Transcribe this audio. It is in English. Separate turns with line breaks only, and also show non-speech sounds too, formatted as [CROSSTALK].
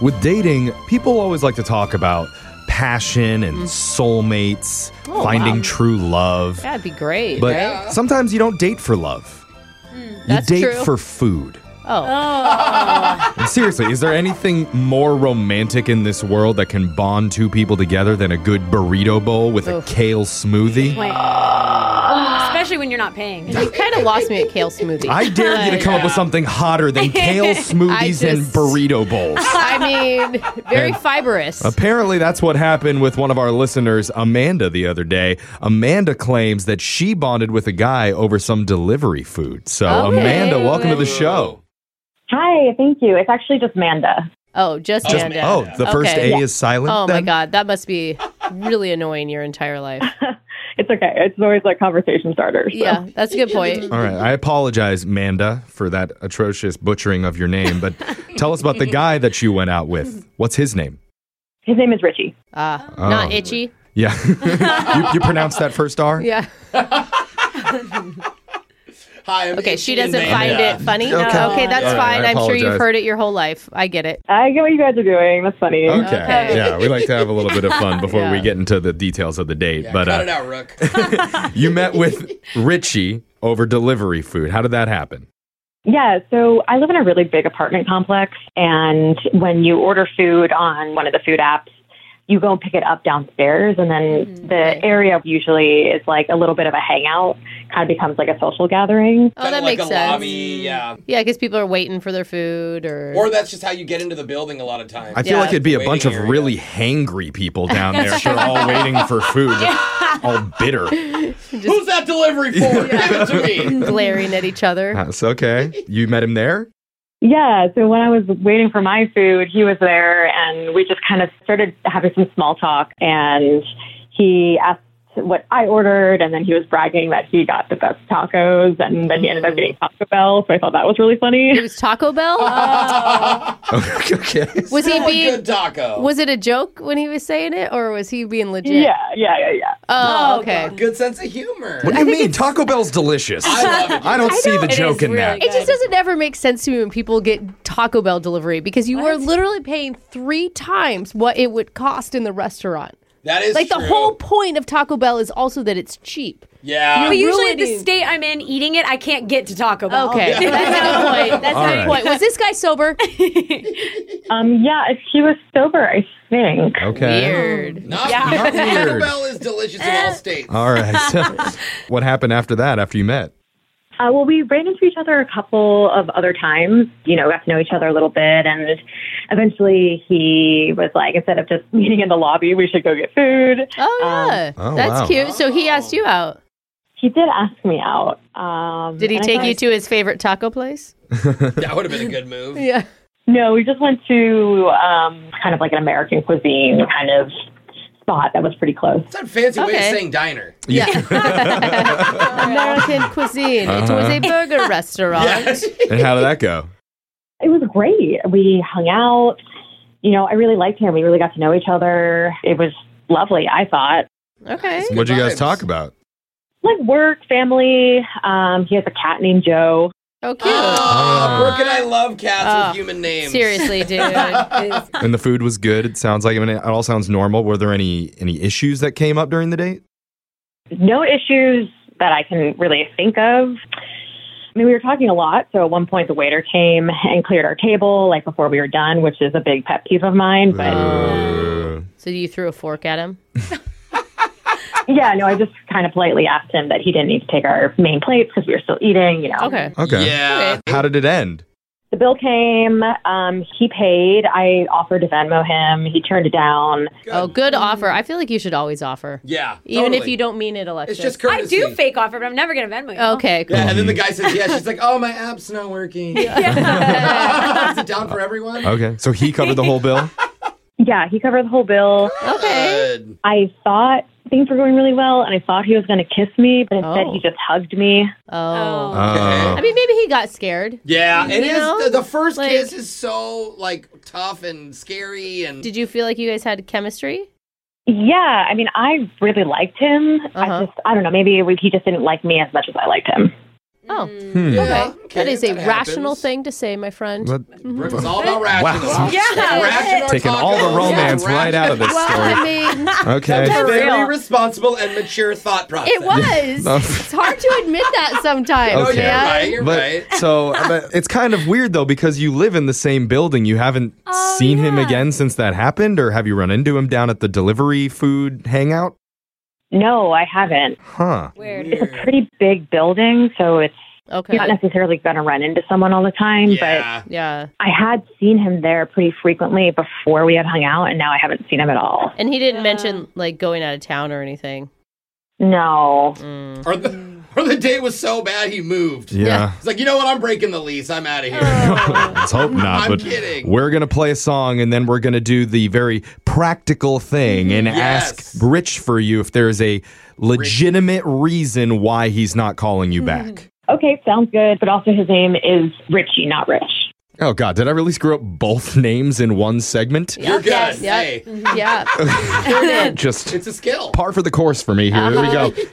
With dating, people always like to talk about passion and soulmates,
Mm. Oh,
finding
wow.
true love.
That'd be great.
But
right?
sometimes you don't date for love.
Mm, that's
you date
true.
for food.
oh.
And seriously, is there anything more romantic in this world that can bond two people together than a good burrito bowl with a kale smoothie?
Wait. Especially when you're not paying.
you kind of lost me at kale smoothie.
I dare you to come up
[LAUGHS]
with something hotter than kale
I
smoothies and
just-
burrito bowls.
I mean, very
And-
fibrous.
Apparently, that's what happened with one of our listeners, Amanda, the other day. Amanda claims that she bonded with a guy over some delivery food. So,
Okay.
Amanda, welcome to the show.
Hi, thank you. It's actually just Manda.
Oh, just,
Just-
Amanda.
oh, the first
Okay.
A is silent.
Oh my
then?
god, that must be really annoying your entire life.
It's okay. It's always like conversation starters. so.
Yeah, that's a good point.
All right, I apologize, Amanda, for that atrocious butchering of your name.
[LAUGHS]
But tell us about the guy that you went out with. What's his name?
His name is Richie.
Uh,
Oh.
Not itchy.
Yeah, [LAUGHS] you, you pronounced that first R.
Yeah.
Hi, I'm
Okay, she
Ian
doesn't find
Amanda.
it funny.
Okay.
Okay, that's
All right,
fine.
I
I'm sure you've
apologize.
heard it your whole life. I get it.
I get what you guys are doing. That's funny.
Okay.
Okay.
Yeah, we like to have a little bit of fun before we
Yeah.
get into the details of the date.
Yeah,
but
cut
uh,
it
[LAUGHS]
out, Rook.
Oh,
you met with Richie over delivery food. How did that happen?
Yeah, so I live in a really big apartment complex, and when you order food on one of the food apps, you go and pick it up downstairs, and then the area usually is like a little bit of a hangout, kind of becomes like a social gathering.
Oh,
Kinda
that
like
makes
a
sense.
Lobby, yeah.
Yeah, because people are waiting for their food or.
Or that's just how you get into the building a lot of times.
I feel
Yeah.
like it'd be a
Waiting
bunch of
area.
really hangry people down there. if They're all waiting for food, all bitter.
Who's that
[LAUGHS]
delivery for? Give it to me.
glaring at each other.
That's okay. You met him there?
Yeah, so when I was waiting for my food, he was there, and we just kind of started having some small talk, and he asked what I ordered, and then he was bragging that he got the best tacos, and then he ended up getting Taco Bell, so I thought that was really
It
funny.
was Taco
[LAUGHS]
Bell.
[LAUGHS] okay.
was he
Still a
being?
good taco.
Was it a joke when he was saying it, or was he being legit?
[LAUGHS] Yeah, yeah, yeah, yeah.
Oh, okay.
Good sense of humor.
What do you mean? Taco Bell's delicious.
I love it.
I don't see the joke in that.
It just doesn't ever make sense to me when people get Taco Bell delivery because you are literally paying three times what it would cost in the restaurant.
That is
Like
true.
the whole point of Taco Bell is also that it's cheap.
Yeah.
But usually, at
ruining-
the state I'm in, eating it, I can't get to Taco Bell. [LAUGHS]
Okay, that's a [LAUGHS] good point. That's
All
a good
right.
point. Was this guy sober?
Um, yeah, he was sober, I think.
Okay.
Weird.
Not,
Not
Taco
weird. Uh,
Bell is delicious in all states.
All right. So, what happened after that, after you met? [LAUGHS]
Uh, well, we ran into each other a couple of other times, you know, got to know each other a little bit. And eventually he was like, instead of just [LAUGHS] meeting in the lobby, we should go get food.
Oh yeah,
Oh,
that's
wow.
cute. So he asked you out.
He did ask me out. Um,
Did he
and I
take
thought-
you to his favorite taco place?
[LAUGHS] That would have been a good move.
Yeah.
No, we just went to um, kind of like an American cuisine kind of spot that was pretty close.
It's a fancy way of
Okay.
saying diner.
[LAUGHS] American cuisine. It was a burger restaurant.
[LAUGHS]
[LAUGHS]
And how did that go?
It was great. We hung out. You know, I really liked him. We really got to know each other. It was lovely, I thought.
Okay.
What'd you guys
vibes.
talk about?
like work, family. Um, he has a cat named Joe.
Oh, cute.
Uh,
Oh, Brooke and I love cats with human names.
Ah, Seriously, dude. It's-
And the food was good. It sounds like I mean, it all sounds normal. Were there any any issues that came up during the
[LAUGHS]
date?
No issues that I can really think of. I mean, we were talking a lot, so at one point the waiter came and cleared our table like before we were done, which is a big pet peeve of mine. But
Uh,
so you threw a fork at him?
yeah, no, I just kind of politely asked him that he didn't need to take our main plates because we were still eating. You know,
Okay.
okay.
Yeah.
How did it end?
the bill came. Um, he paid. I offered to Venmo him. He turned it down.
Oh, good offer. I feel like you should always offer.
Yeah.
Even if
totally.
you don't mean it, Alexis.
It's just
I
courtesy.
do fake offer, but I'm never gonna Venmo you.
Okay, cool.
Yeah, and then the guy says, yeah, she's like, oh, my app's not working.
[LAUGHS]
[LAUGHS] Is it down for everyone?
Okay. So he covered the whole
[LAUGHS]
bill.
Yeah, he covered the whole bill.
Okay.
Good.
I thought things were going really well, and I thought he was going to kiss me, but instead
Oh.
he just hugged me.
Oh.
Uh,
I mean, maybe he got scared.
Yeah, it
You
is.
know?
The, the first
Like-
kiss is so like tough and scary, and
Did you feel like you guys had chemistry?
Yeah, I mean, I really liked him.
Uh-huh.
I just, I don't know, maybe we, he just didn't like me as much as I liked him.
Oh,
Mm. Yeah.
okay. That is a
that
rational
happens.
thing to say, my friend.
hmm.
[LAUGHS]
But
Brooke is all about rational.
Mm-hmm. Wow.
Yeah.
Rational
taking all
tacos.
the romance
Yeah,
right out of this
well,
story.
I
[LAUGHS]
mean,
Okay. [LAUGHS]
For
Very
real.
responsible and mature thought process.
it was. it's hard to admit that sometimes.
Okay.
man.
Right, you're
But
right.
so
[LAUGHS]
but it's kind of weird though because you live in the same building. You haven't
Oh,
seen him again since that happened, or have you run into him down at the delivery food hangout?
No, I haven't.
Huh.
Weird.
It's a pretty big building, so it's
Okay.
you're not necessarily going to run into someone all the time.
Yeah.
Yeah.
But I had seen him there pretty frequently before we had hung out, and now I haven't seen him at all.
And he didn't
Yeah.
mention like going out of town or anything.
No,
Mm.
Or the, or the date was so bad he moved.
Yeah. [LAUGHS]
It's like, you know what? I'm breaking the lease. I'm out of here.
Oh.
Let's hope not.
I'm
but
kidding.
we're gonna play a song and then we're gonna do the very practical thing and ask
Yes.
Rich for you if there is a legitimate reason why he's not calling you back.
Okay, sounds good. But also, his name is Richie, not Rich.
Oh God! Did I really screw up both [LAUGHS] names in one segment?
You're good.
Yes.
Hey,
Yeah.
Just
it's a skill.
par for the course for me here. Here we go.